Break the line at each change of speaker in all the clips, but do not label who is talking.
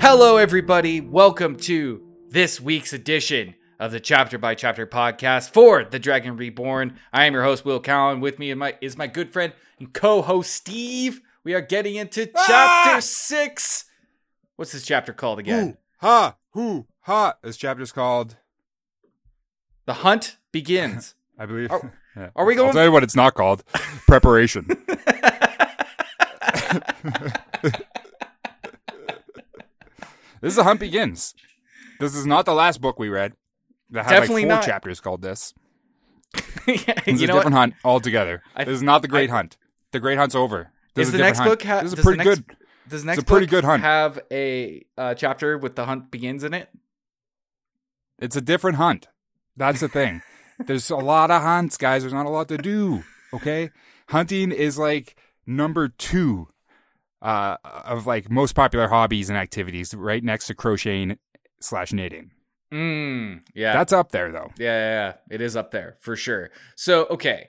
Hello, everybody. Welcome to this week's edition of the Chapter by Chapter podcast for The Dragon Reborn. I am your host, Will Cowan. With me my, is my good friend and co host, Steve. We are getting into
Ah!
chapter six. What's this chapter called again?
Ooh, ha, hoo, ha. This chapter's called,
The hunt begins.
I believe.
Are-
Yeah.
are we
I'll
going?
tell you what it's not called. Preparation. this is a hunt begins. This is not the last book we read. That had
Definitely
like four
not.
chapters called this.
Yeah,
This is
you
a
know what?
different hunt altogether.
I-
this is not the Great Hunt. The Great Hunt's over. This
Is
a
the next
different hunt.
book ha-
This is
does the
pretty
next-
good.
Does next
a pretty
book
good hunt.
have a uh, chapter with the hunt begins in it?
It's a different hunt. That's the thing. There's a lot of hunts, guys. There's not a lot to do. Okay, hunting is like number two uh, of like most popular hobbies and activities, right next to crocheting slash knitting.
Mm, yeah.
That's up there though.
Yeah, yeah, yeah. it is up there for sure. So okay,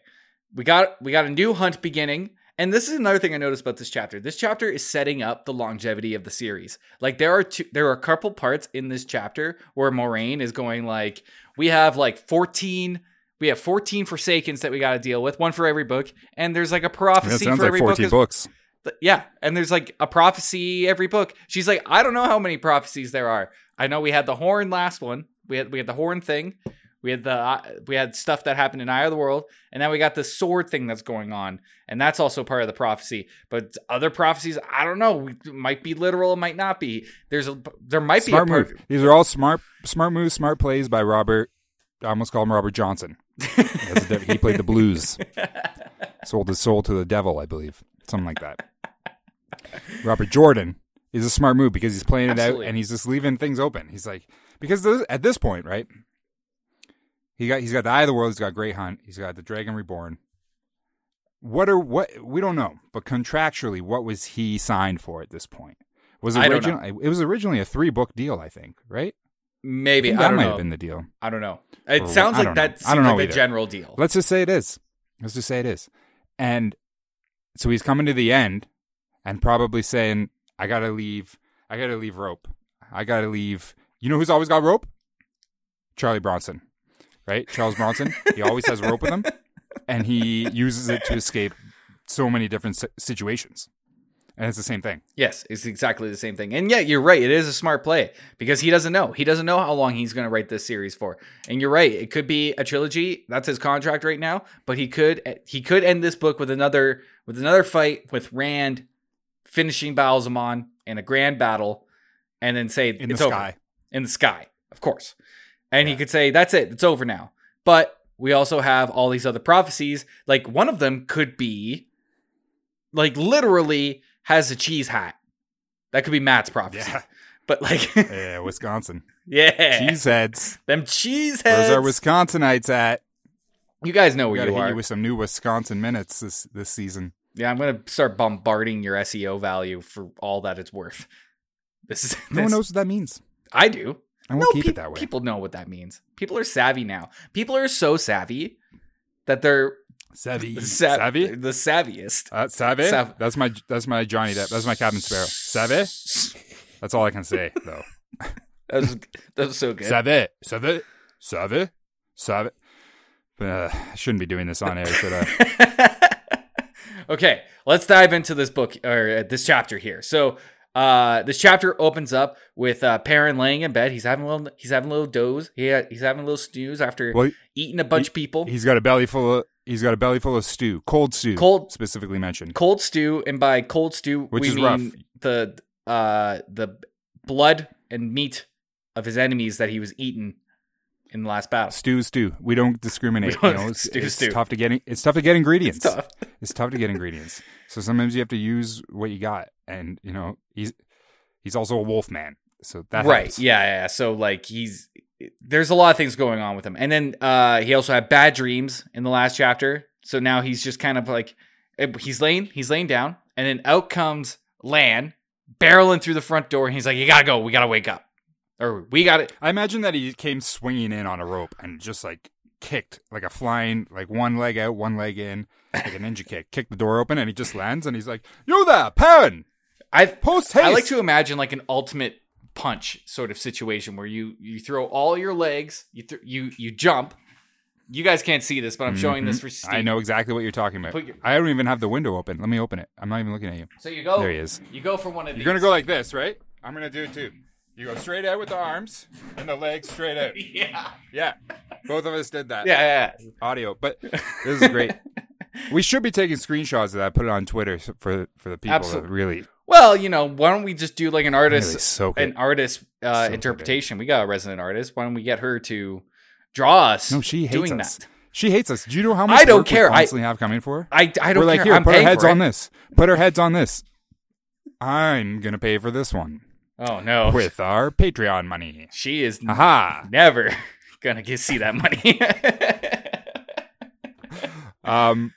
we got we got a new hunt beginning, and this is another thing I noticed about this chapter. This chapter is setting up the longevity of the series. Like there are two, there are a couple parts in this chapter where Moraine is going like, we have like fourteen. We have 14 Forsakens that we got to deal with, one for every book. And there's like a
That
prophecy
sounds
for
like
every book.
fourteen
as-
books.
Th- yeah and there's like a prophecy every book she's like i don't know how many prophecies there are i know we had the horn last one we had we had the horn thing we had the uh, we had stuff that happened in eye of the world and now we got the sword thing that's going on and that's also part of the prophecy but other prophecies i don't know we, might be literal it might not be there's a there might
Smart
be a part
move. These are all smart, smart moves, smart plays by Robert. I almost call him Robert Johnson. That's the- he played the blues. Sold his soul to the devil, I believe, something like that. Robert Jordan is a smart move because he's playing
Absolutely.
it out and he's just leaving things open. He's like because this, at this point, right? He got he's got the Eye of the World. He's got Great Hunt. He's got the Dragon Reborn. What are what we don't know, but contractually, what was he signed for at this point? Was
I don't
original? It was originally a three book deal, I think, right?
maybe
think
i
that
don't
might
know
have been the deal.
i don't know it
Or
sounds
I
like
don't know.
that
I
seems
don't know
like the
either.
general deal
Let's just say it is. Let's just say it is. And so he's coming to the end and probably saying, I gotta leave I gotta leave rope. I gotta leave you know who's always got rope? Charlie Bronson. Right? Charles Bronson. he always has rope with him. And he uses it to escape so many different si- situations. And it's the same thing.
Yes, it's exactly the same thing. And yeah, you're right. It is a smart play because he doesn't know. He doesn't know how long he's going to write this series for. And you're right. It could be a trilogy. That's his contract right now, but he could eh, he could end this book with another with another fight with Rand finishing Balzamon in a grand battle and then say
In
it's
the
over
sky.
in the sky, of course. And he could say, that's it, it's over now. But we also have all these other prophecies. Like one of them could be, like, literally has a cheese hat. That could be Matt's prophecy. But, like,
Yeah, Wisconsin.
yeah.
Cheeseheads.
Them cheese
Where's
heads.
our Wisconsinites at?
you guys know
We
where
gotta
you
hit
are.
you with some new Wisconsin minutes this this season.
yeah, I'm going to start bombarding your SEO value for all that it's worth. This is.
No one
this-
knows what that means.
I do.
I won't keep
peop-
it that way.
People know what that means. People are savvy now. People are so savvy that they're
savvy,
Sav-
savvy,
The savviest.
uh, savvy.
Sav-
that's my that's my Johnny Depp. That's my Captain Sparrow. Savvy. That's all I can say though.
That was, that was so good.
Savvy, savvy, savvy, savvy. Uh, I shouldn't be doing this on air, should I?
okay, let's dive into this book or uh, this chapter here. So, uh, this chapter opens up with uh, Perrin laying in bed. He's having a little. He's having a little doze. He ha- he's having a little snooze after
Well,
eating a bunch of people.
he's got a belly full of he's got a belly full of stew, cold stew,
Cold-
specifically mentioned.
cold stew, and by cold stew,
Which
we
is
mean
rough.
the uh the blood and meat of his enemies that he was eaten in the last battle.
Stew, stew. We don't discriminate.
We don't-
you know, it's,
stew,
it's
stew.
tough to get. It's tough to get ingredients.
It's tough.
it's tough to get ingredients. So sometimes you have to use what you got, and you know he's he's also a wolf man. So that
right
helps.
Yeah, yeah yeah. so like he's there's a lot of things going on with him and then uh he also had bad dreams in the last chapter so now he's just kind of like eh, he's laying he's laying down and then out comes lan barreling through the front door and he's like you gotta go we gotta wake up or we got it
I imagine that he came swinging in on a rope and just like kicked like a flying like one leg out, one leg in, like a ninja kick. Kicked the door open, and he just lands, and he's like, "You there, Perrin?
i
Post haste."
i like to imagine like an ultimate punch sort of situation where you you throw all your legs, you th- you you jump. You guys can't see this, but I'm showing this for Steve.
Mm-hmm. I know exactly what you're talking about.
Put your-
I don't even have the window open. Let me open it. I'm not even looking at you.
So you go.
There he is.
You go for one of these.
You're gonna go like this, right? I'm gonna do it too. You go straight out with the arms and the legs straight out.
Yeah.
Yeah, both of us did that.
Yeah. yeah, yeah.
audio, but this is great. we should be taking screenshots of that. Put it on Twitter s- for for the people
Absolute-
that really
Well, you know, why don't we just do like an
really
artist,
soak it.
an artist uh,
So
interpretation? We got a resident artist. Why don't we get her to draw us?
No, she hates
doing
us.
that.
She hates us. Do you know how much
I don't
work
care.
We
I-
constantly have coming for her.
I, I don't
We're like,
care.
here,
I'm
put our
paying
heads
for
on
it.
this. Put our heads on this. I'm gonna pay for this one
Oh no,
with our Patreon money.
she is
Aha.
never gonna get see that money.
Um,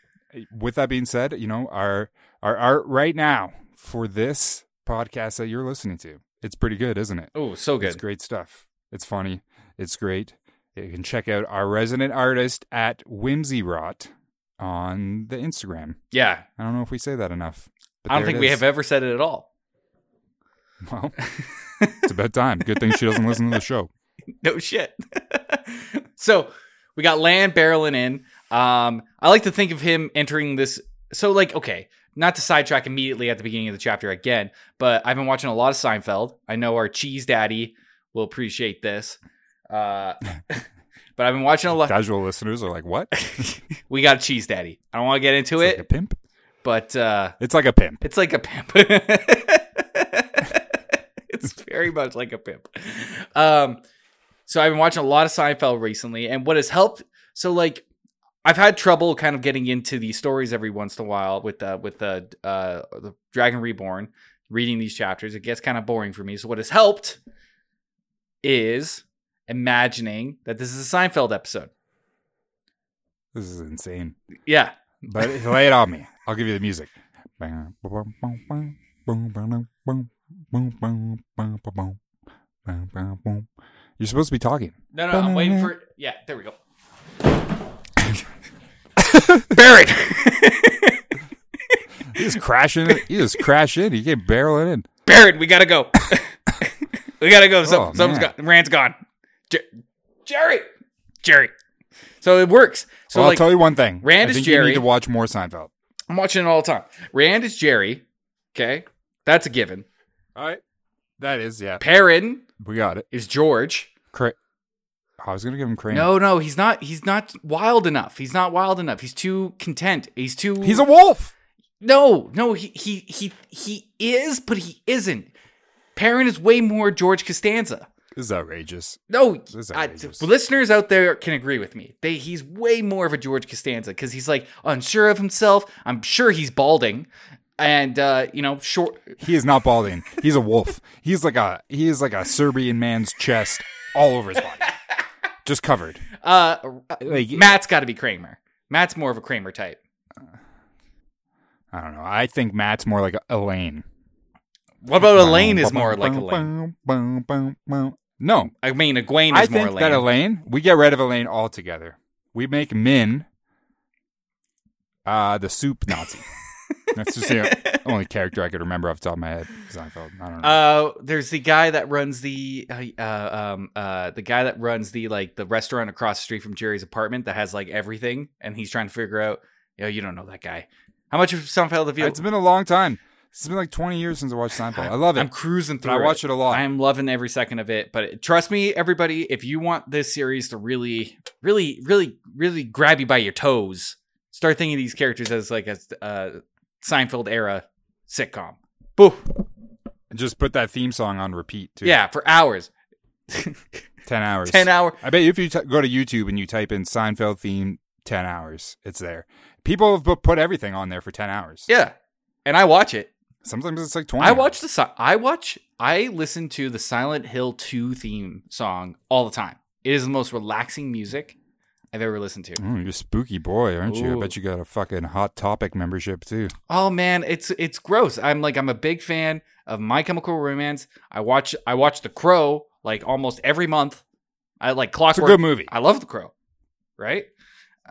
with that being said, you know our our art right now for this podcast that you're listening to, it's pretty good, isn't it?
oh, so
It's
good.
great stuff. It's funny. It's great. You can check out our resident artist at Whimsy Rot on the Instagram.
Yeah,
I don't know if we say that enough. But
I don't
there
think
it
we
is.
have ever said it at all.
Well, it's about time. Good thing she doesn't listen to the show.
No shit. so we got Land barreling in. Um, I like to think of him entering this. So, like, okay, not to sidetrack immediately at the beginning of the chapter again, but I've been watching a lot of Seinfeld. I know our cheese daddy will appreciate this. Uh, but I've been watching a lot.
Casual listeners are like, "What? It's
we got a cheese daddy. I don't want to get into
like
it,
a pimp?
but uh,
It's like a pimp."
it's like a pimp. it's very much like a pimp. Um, so I've been watching a lot of Seinfeld recently, and what has helped. So like, I've had trouble kind of getting into these stories every once in a while with uh, with the uh, the Dragon Reborn. Reading these chapters, it gets kind of boring for me. So what has helped is imagining that this is a Seinfeld episode.
This is insane.
Yeah,
But lay it on me. I'll give you the music. You're supposed to be talking.
No, no, I'm waiting for. Yeah, there we go. Buried.
He just crashing. He just crash in. He came barreling in.
Buried. We gotta go. we gotta go. Some,
Oh,
something's
man.
gone. Rand's gone. Jer- Jerry. Jerry. So it works. So
So I'll
like,
tell you one thing.
Rand
I
is
think
Jerry.
You need to watch more Seinfeld.
I'm watching it all the time. Rand is Jerry. Okay, that's a given.
All right, that is yeah.
Perrin
We got it.
is George.
Cra- I was gonna give him Crane.
No, no, he's not. He's not wild enough. He's not wild enough. He's too content. He's too.
he's a wolf.
No, no, he he he he is, but he isn't. Perrin is way more George Costanza.
This is outrageous.
No,
is
I-
outrageous.
listeners out there can agree with me. They he's way more of a George Costanza because he's like unsure of himself. I'm sure he's balding, and uh, you know, short.
He is not balding. He's a wolf. He's like a he is like a Serbian man's chest all over his body, just covered.
Uh,
Like
Matt's got to be Kramer. Matt's more of a Kramer type.
I don't know. I think Matt's more like Elaine.
What about Elaine? Is more like Elaine.
No,
I mean, Egwene
I
is more
think that
Elaine.
Elaine. We get rid of Elaine altogether. We make Min, uh, the soup Nazi. That's just the only character I could remember off the top of my head. Seinfeld. I don't know.
Uh, there's the guy that runs the uh, uh, um uh the guy that runs the like the restaurant across the street from Jerry's apartment that has like everything, and he's trying to figure out. Yo, you don't know that guy. How much of Seinfeld have you?
it's been a long time. It's been like 20 years since I watched Seinfeld. I love
I'm
it.
cruising through.
I watch it a lot.
I'm loving every second of it. But trust me, everybody, if you want this series to really, really, really, really grab you by your toes, start thinking of these characters as like a uh, Seinfeld era sitcom. Boo.
Just put that theme song on repeat too.
Yeah, for hours,
10 hours.
ten hour.
I bet if you t- go to YouTube and you type in Seinfeld theme 10 hours, it's there. People have bu- put everything on there for 10 hours.
Yeah, and I watch it.
Sometimes it's like 20.
I
hours.
watch the si- I watch I listen to the Silent Hill 2 theme song all the time. It is the most relaxing music I've ever listened to.
Oh, you're a spooky boy, aren't you? I bet
Ooh.
you got a fucking Hot Topic membership too.
Oh man, it's it's gross. I'm like I'm a big fan of My Chemical Romance. I watch I watch The Crow like almost every month. I like
It's a
Clockwork.
good movie.
I love The Crow. Right?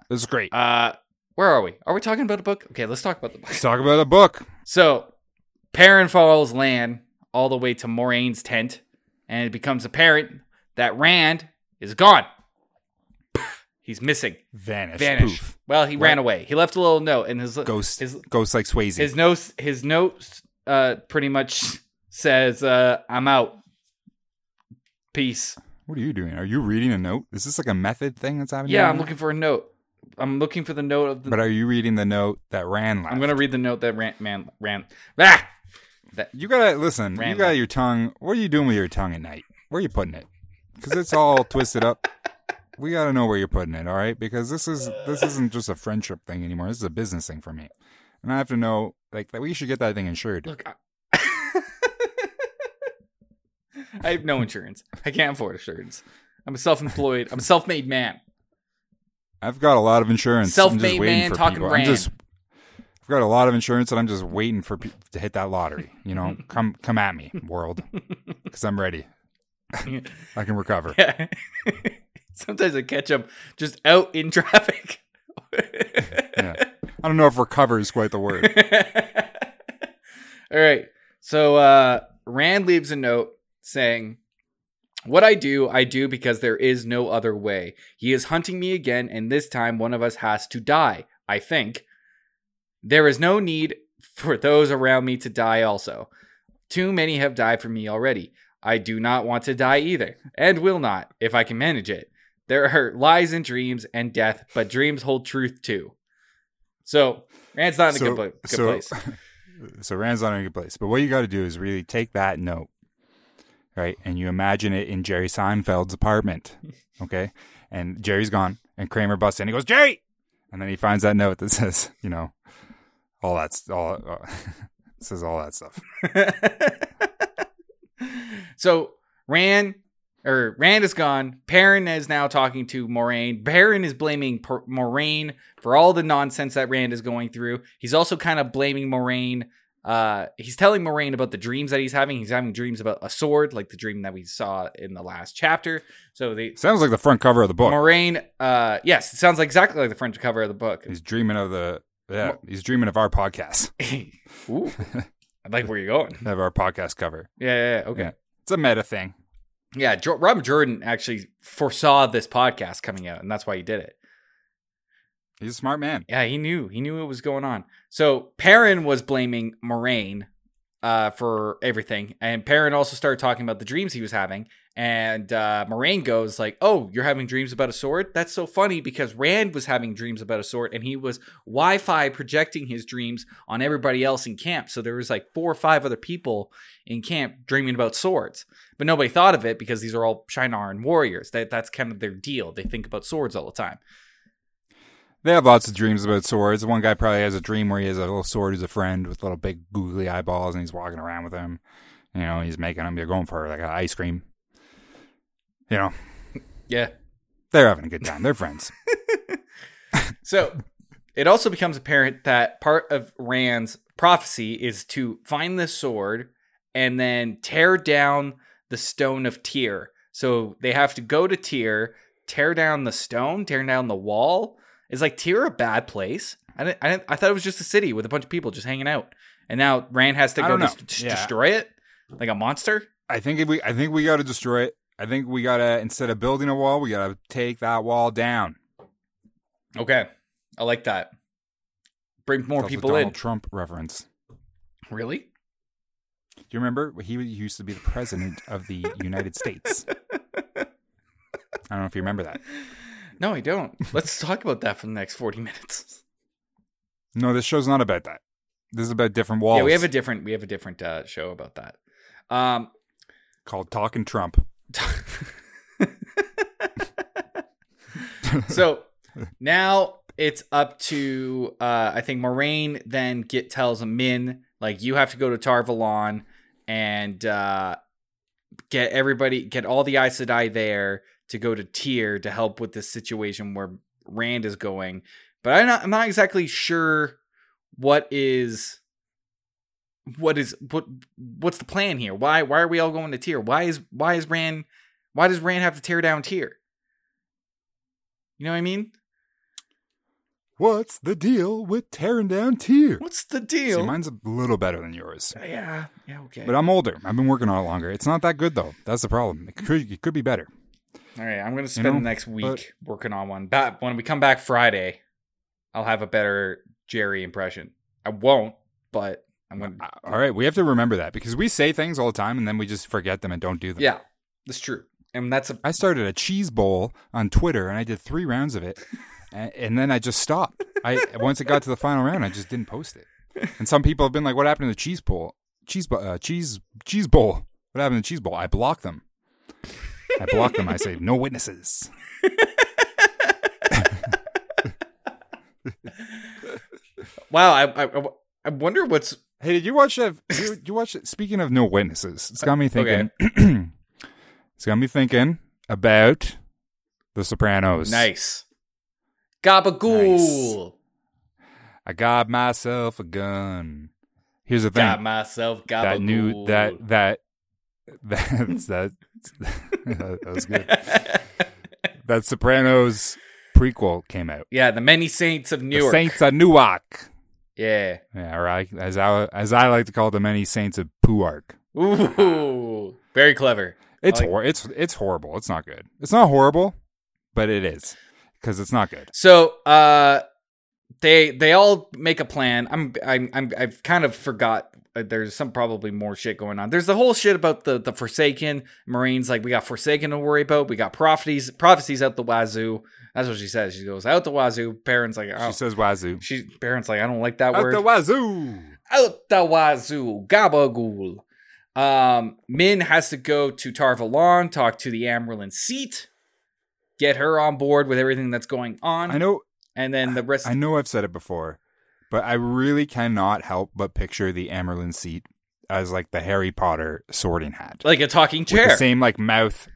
This is great.
Uh where are we? Are we talking about a book? Okay, let's talk about the book.
Let's talk about a book.
So, Perrin follows Lan all the way to Moraine's tent, and it becomes apparent that Rand is gone. He's missing.
Vanish.
Vanished.
Poof.
Well, he
Right.
ran away. He left a little note, and his
Ghost.
his
Ghost like Swayze.
his note his note uh, pretty much says, uh, "I'm out. Peace."
what are you doing? Are you reading a note? Is this like a method thing that's happening?
Yeah,
right
I'm
now?
looking for a note. I'm looking for the note of the.
But are you reading the note that ran left?
I'm gonna read the note that Rand man Rand. Ah!
You gotta listen.
Ran
you got your tongue. What are you doing with your tongue at night? Where are you putting it? Because it's all twisted up. We gotta know where you're putting it, all right? Because this is this isn't just a friendship thing anymore. This is a business thing for me, and I have to know like that. We should get that thing insured.
Look, I... I have no insurance. I can't afford insurance. I'm a self-employed. I'm a self-made man.
I've got a lot of insurance. I'm just
Self-made
waiting
man
for
talking
people.
Rand.
I'm just. I've got a lot of insurance, and I'm just waiting for people to hit that lottery. You know, come come at me, world, because I'm ready. I can recover.
Yeah. Sometimes I catch them just out in traffic.
I don't know if recover is quite the word.
All right. So uh, Rand leaves a note saying, What I do, I do because there is no other way. He is hunting me again, and this time one of us has to die, I think. There is no need for those around me to die also. Too many have died for me already. I do not want to die either, and will not, if I can manage it. There are lies and dreams and death, but dreams hold truth too. So, Rand's not in a good, pla- good place.
so Rand's not in a good place. But what you got to do is really take that note, right? And you imagine it in Jerry Seinfeld's apartment, okay? And Jerry's gone, and Kramer busts in. He goes, Jerry, and then he finds that note that says, you know, all that's all uh, says all that stuff.
so Rand or Rand is gone. Perrin is now talking to Moraine. Perrin is blaming per- Moraine for all the nonsense that Rand is going through. He's also kind of blaming Moraine. Uh, he's telling Moraine about the dreams that he's having. He's having dreams about a sword, like the dream that we saw in the last chapter. So the
Sounds like the front cover of the book.
Moraine, uh, yes, it sounds like exactly like the front cover of the book.
he's dreaming of the yeah. He's dreaming of our podcast,
Ooh, I like where you're going.
of our podcast cover.
Yeah, yeah, yeah okay.
Yeah. It's a meta thing.
Yeah, jo- Robert Jordan actually foresaw this podcast coming out, and that's why he did it.
He's a smart man.
Yeah, he knew. He knew what was going on. So Perrin was blaming Moraine uh, for everything, and Perrin also started talking about the dreams he was having. And uh, Moraine goes like, "Oh, you're having dreams about a sword? That's so funny because Rand was having dreams about a sword, and he was Wi-Fi projecting his dreams on everybody else in camp. So there was like four or five other people in camp dreaming about swords, but nobody thought of it because these are all Shinaran warriors. That that's kind of their deal. They think about swords all the time."
They have lots of dreams about swords. One guy probably has a dream where he has a little sword who's a friend with little big googly eyeballs, and he's walking around with him. You know, he's making them. They're going for like an ice cream. You know,
Yeah,
they're having a good time. They're friends.
So it also becomes apparent that part of Rand's prophecy is to find the sword and then tear down the stone of Tyr. So they have to go to Tyr, tear down the stone, tear down the wall. Is like Tyr a bad place? I didn't, I, didn't, I thought it was just a city with a bunch of people just hanging out. And now Rand has to
I
go
don't know.
dest-
Yeah.
destroy it like a monster.
I think if we, I think we got to destroy it. I think we gotta instead of building a wall, we gotta take that wall down.
Okay. I like that. Bring more
That's a
people
Donald
in.
Trump reference.
Really?
Do you remember he was- he used to be the president of the United States? I don't know if you remember that.
No, I don't. Let's talk about that for the next 40 minutes.
No, this show's not about that. This is about different walls.
Yeah, we have a different we have a different uh, show about that. Um,
called Talking Trump.
so now it's up to uh, I think Moraine then get tells Min like you have to go to Tarvalon and uh, get everybody get all the Aes Sedai there to go to Tyr to help with this situation where Rand is going. But I'm not I'm not exactly sure what is what is what what's the plan here? Why why are we all going to Tyr? Why is why is Rand why does Rand have to tear down Tyr? You know what I mean?
What's the deal with tearing down tear?
What's the
See,
deal?
mine's a little better than yours.
yeah. Yeah. Okay.
But I'm older. I've been working on it longer. It's not that good though. That's the problem. It could it could be better.
All right. I'm gonna spend
know,
the next week working on one. That when we come back Friday, I'll have a better Jerry impression. I won't, but I'm gonna.
Uh, All right, we have to remember that because we say things all the time and then we just forget them and don't do them.
Yeah, that's true. And that's a
I started a cheese bowl on Twitter and I did three rounds of it, and, and then I just stopped. I once it got to the final round, I just didn't post it. And some people have been like, "What happened to the cheese bowl? Cheese bo- uh, cheese cheese bowl? What happened to the cheese bowl?" I blocked them. I blocked them. I say, "No witnesses."
wow. I, I I wonder what's
Hey, did you watch that? did You, did you watch it? Speaking of no witnesses, it's
Uh,
got me thinking. it's got me thinking about The Sopranos.
nice. Gabagool.
I got myself a gun. Here's the thing.
Got myself gabagool.
that new that that that's that that was good. That Sopranos prequel came out.
yeah, the many saints of
The
Newark.
Saints of Newark.
yeah.
Yeah, or I, as I as I like to call the many saints of Puark.
Ooh, very clever.
It's
Like-
hor- it's it's horrible. It's not good. It's not horrible, but it is because it's not good.
So, uh, they they all make a plan. I'm I'm, I'm I've kind of forgot. uh, There's some probably more shit going on. There's the whole shit about the the Forsaken Marines. Like we got Forsaken to worry about. We got prophecies prophecies out the wazoo. That's what she says. She goes out the wazoo. Baron's like, oh.
She says wazoo.
she Baron's like, I don't like that
Out
word.
the wazoo.
out the wazoo, gabagool. Um, Min has to go to Tarvalon, talk to the Amaryllin seat, get her on board with everything that's going on,
I know
and then the rest.
I know I've said it before, but I really cannot help but picture the Amerlin seat as like the Harry Potter sorting hat.
like a talking
With
chair.
the same like mouth,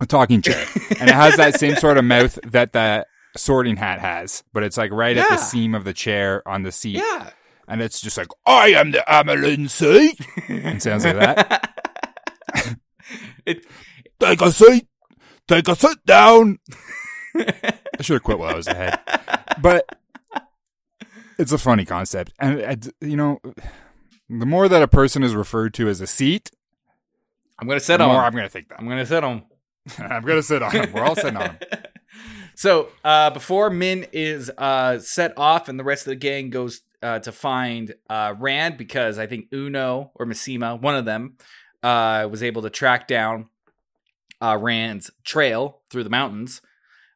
a talking chair. and it has that same sort of mouth that the sorting hat has, but it's like right at
Yeah.
the seam of the chair on the seat.
yeah.
And it's just like, I am the Amerlin seat. It sounds like that.
It-
Take a seat. Take a sit down. I should have quit while I was ahead. But it's a funny concept. And, and, you know, the more that a person is referred to as a seat,
I'm gonna
the
sit
more
on.
I'm
him.
going to think that.
I'm gonna sit on. him.
I'm going to sit on him. We're all sitting on him.
So uh, before Min is uh, set off and the rest of the gang goes uh, to find uh, Rand because I think Uno or Massima, one of them, uh, was able to track down uh, Rand's trail through the mountains.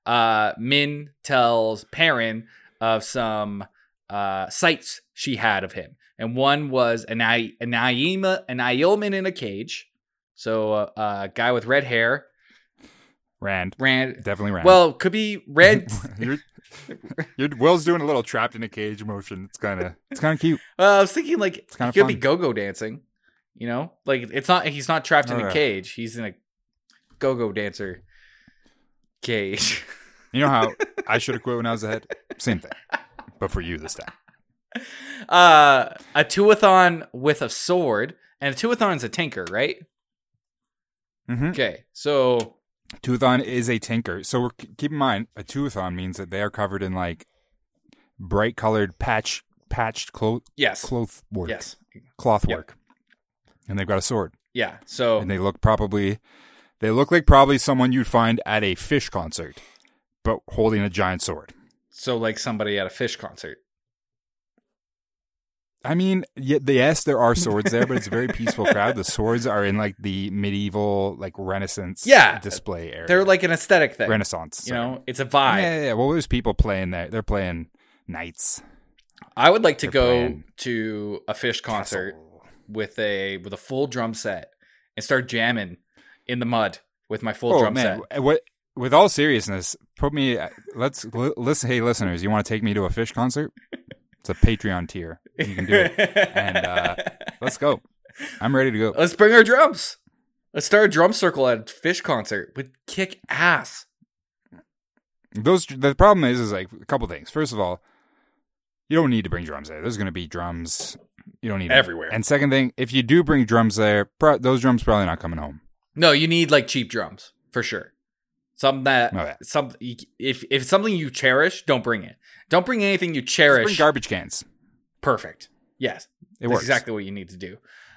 Uh, Min tells Perrin of some uh, sights she had of him, and one was an I- an Iema- an Ioman in a cage. So uh, a guy with red hair,
Rand.
Rand.
Definitely Rand.
Well, could be Rand.
your, your Will's doing a little trapped in a cage motion. It's kind of it's kind of cute.
Well, Uh, I was thinking like it
kinda
could be
fun.
go-go dancing. You know, like it's not he's not trapped in a
Alright.
cage. He's in a go-go dancer cage.
You know how I should have quit when I was ahead. Same thing, but for you this time.
uh, a tuathon with a sword, and a tuathon's a tinker, right?
Mm-hmm.
Okay, so
Toothon is a tinker. So we're, keep in mind, a toothon means that they are covered in like bright colored patch patched cloth
yes,
cloth work,
yes,
cloth
Yep. Oh.
work, and they've got a sword,
yeah. So
and they look probably they look like probably someone you'd find at a fish concert, but holding a giant sword.
so like somebody at a fish concert.
I mean, yeah, the- yes, there are swords there, but it's a very peaceful crowd. The swords are in like the medieval, like Renaissance,
Yeah.
display area.
They're like an aesthetic thing,
Renaissance,
you
sorry.
know. It's a vibe.
yeah, yeah, yeah. Well, there's people playing there. They're playing knights
I would like to
They're
go
playing
to a fish concert.
Castle.
with a with a full drum set and start jamming in the mud with my full
Oh
drum
man,
set.
what? With all seriousness, put me. uh, Let's li- listen. Hey, listeners, you want to take me to a fish concert? It's a Patreon tier. You can do it. And, uh, Let's go. I'm ready to go.
Let's bring our drums. Let's start a drum circle at a fish concert would kick ass.
those the problem is is like a couple things. First of all, you don't need to bring drums there. There's going to be drums. You don't need them.
Everywhere.
And second thing, if you do bring drums there, pro- those drums probably not coming home.
No, you need like cheap drums for sure. Something that
All right.
some if if it's something you cherish, don't bring it. Don't bring anything you
Just
cherish.
bring garbage cans.
Perfect. Yes.
It
That's
works.
exactly what you need to do.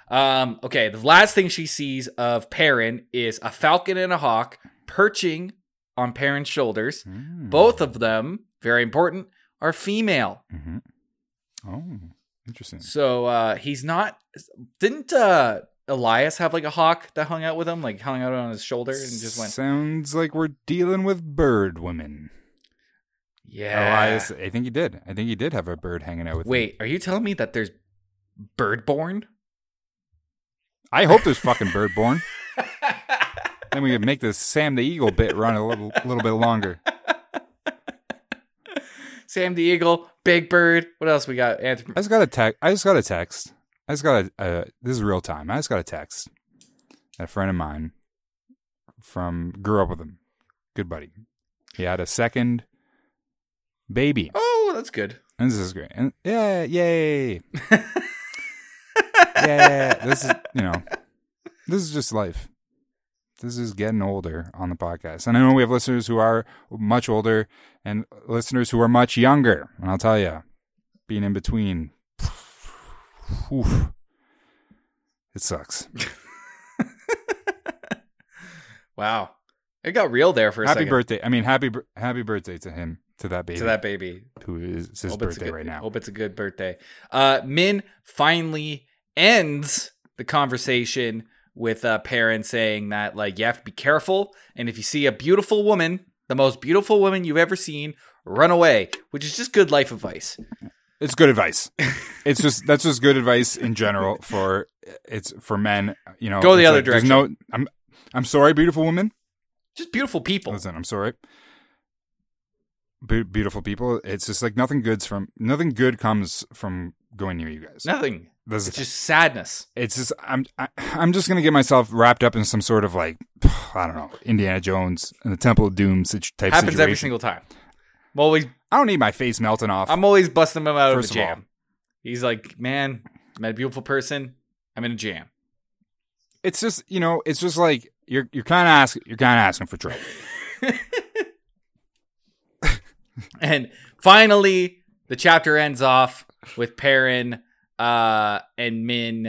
Um, okay, the last thing she sees of Perrin is a falcon and a hawk perching on Perrin's shoulders.
Mm.
Both of them, very important, are female.
Mhm. Oh, interesting.
So uh, he's not. Didn't uh, Elias have like a hawk that hung out with him, like hung out on his shoulder and just went,
Sounds like we're dealing with bird women.
"Yeah."
Elias, I think he did. I think he did have a bird hanging out with. him.
Wait, are you telling me that there's birdborn?
I hope there's fucking bird born. then we could make this Sam the Eagle bit run a little, little bit longer.
Sam the Eagle, Big Bird. What else we got? Anthrop-
I just got a text. I just got a text. I just got a. Uh, this is real time. I just got a text. A friend of mine from grew up with him. Good buddy. He had a second baby.
oh, that's good.
And this is great. And yeah, yay. yeah, this is, you know, this is just life. This is getting older on the podcast. And I know we have listeners who are much older and listeners who are much younger. And I'll tell you, being in between, oof, it sucks.
Wow. It got real there for a
happy
second.
birthday. I mean, happy bir- happy birthday to him, to that baby
To that baby.
who is it's his
Hope it's a
birthday
good-
right now.
Hope it's a good birthday. Uh, Min finally ends the conversation with uh, Perrin saying that, like, you have to be careful. And if you see a beautiful woman, the most beautiful woman you've ever seen, run away, which is just good life advice.
It's good advice. It's just that's just good advice in general for it's for men. You know,
Go the
it's
other
there's
direction.
No, I'm I'm sorry, beautiful woman.
Just beautiful people.
Listen, I'm sorry. Be- beautiful people. It's just like nothing good's from nothing good comes from going near you guys.
Nothing.
This
It's
is,
just sadness.
it's just I'm I, I'm just gonna get myself wrapped up in some sort of like I don't know Indiana Jones and the Temple of Doom situ- type
Happens
situation.
every single time. I'm always,
I don't need my face melting off.
I'm always busting him out of
First of
the jam. He's like, man, I met a beautiful person. I'm in a jam.
it's just you know it's just like you're you're kind of asking you're kind of asking for trouble.
And finally, the chapter ends off with Perrin uh, and Min.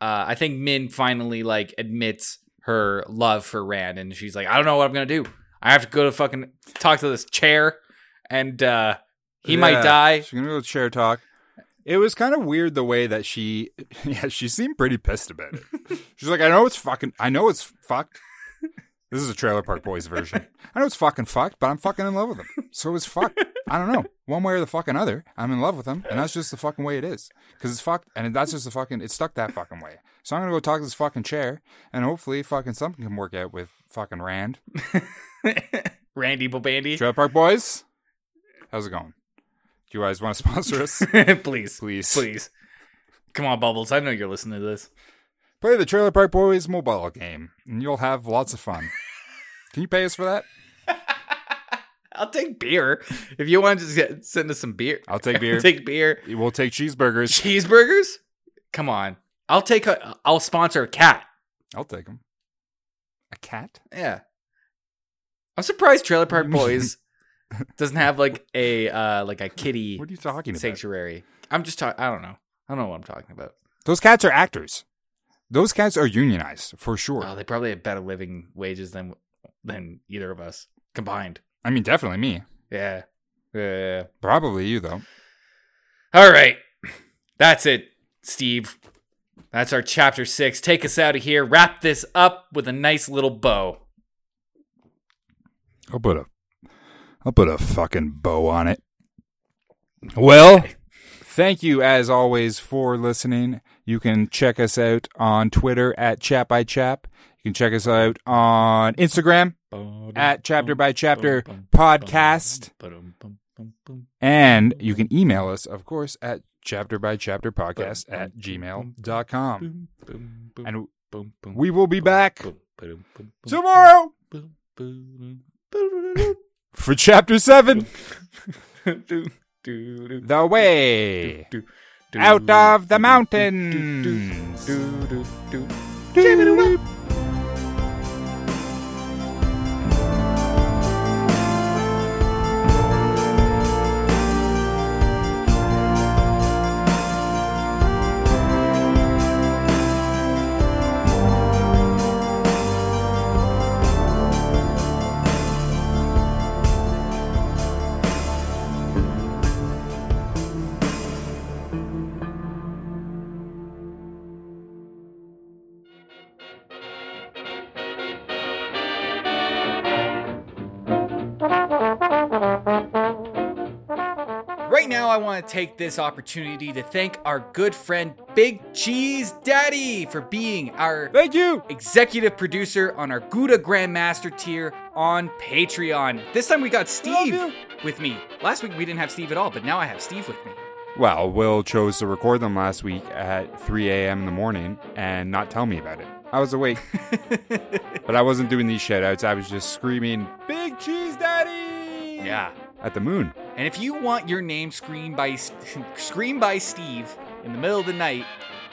Uh, I think Min finally like admits her love for Rand, and she's like, "I don't know what I'm gonna do. I have to go to fucking talk to this chair, and uh, he might
Yeah.
die."
She's gonna go to chair talk. It was kind of weird the way that she, yeah, she seemed pretty pissed about it. She's like, I know it's fucking, I know it's fucked. This is a Trailer Park Boys version. I know it's fucking fucked, but I'm fucking in love with him. So it's fucked. I don't know. One way or the fucking other, I'm in love with him. And that's just the fucking way it is. Because it's fucked. And that's just the fucking, it's stuck that fucking way. So I'm going to go talk to this fucking chair. And hopefully fucking something can work out with fucking Rand.
Randy Bobandy,
Trailer Park Boys, how's it going? Do you guys want to sponsor us?
please,
Please.
please, come on, Bubbles. I know you're listening to this.
Play the Trailer Park Boys mobile game, and you'll have lots of fun. Can you pay us for that?
I'll take beer if you want to just get, send us some beer.
I'll take beer.
take beer.
we'll take cheeseburgers.
cheeseburgers? Come on. I'll take a I'll sponsor a cat.
I'll take them. A cat?
Yeah. I'm surprised Trailer Park Boys doesn't have like a uh like a kitty
What are you talking about?
sanctuary. I'm just talking I don't know. I don't know what I'm talking about.
Those cats are actors. Those cats are unionized for sure.
Oh, they probably have better living wages than than either of us combined.
I mean, definitely me.
Yeah. Yeah.
Probably you though.
All right. That's it, Steve. That's our chapter 6. Take us out of here. Wrap this up with a nice little bow.
I'll put a, I'll put a fucking bow on it. Well, thank you as always for listening. You can check us out on Twitter at Chat by Chap. You can check us out on Instagram at chapter by chapter podcast and you can email us of course at chapter by chapter podcast at gmail.com
And
and we will be back tomorrow for chapter 7 the way out of the mountains
Give it away. now, I want to take this opportunity to thank our good friend Big Cheese Daddy for being our
Thank you.
executive producer on our Gouda Grandmaster tier on Patreon. This time we got Steve
you.
with me. Last week we didn't have Steve at all, but now I have Steve with me.
Well, Will chose to record them last week at 3 a.m. in the morning and not tell me about it. I was awake, but I wasn't doing these shout outs. I was just screaming, Big Cheese Daddy!
yeah.
At the moon.
And if you want your name screamed by screamed by Steve in the middle of the night,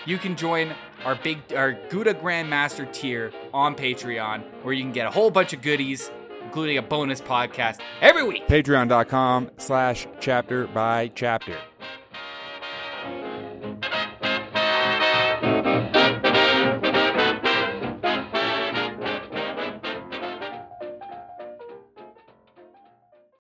you can join our big our Gouda Grandmaster tier on Patreon, where you can get a whole bunch of goodies, including a bonus podcast every week.
Patreon.com slash chapter by chapter.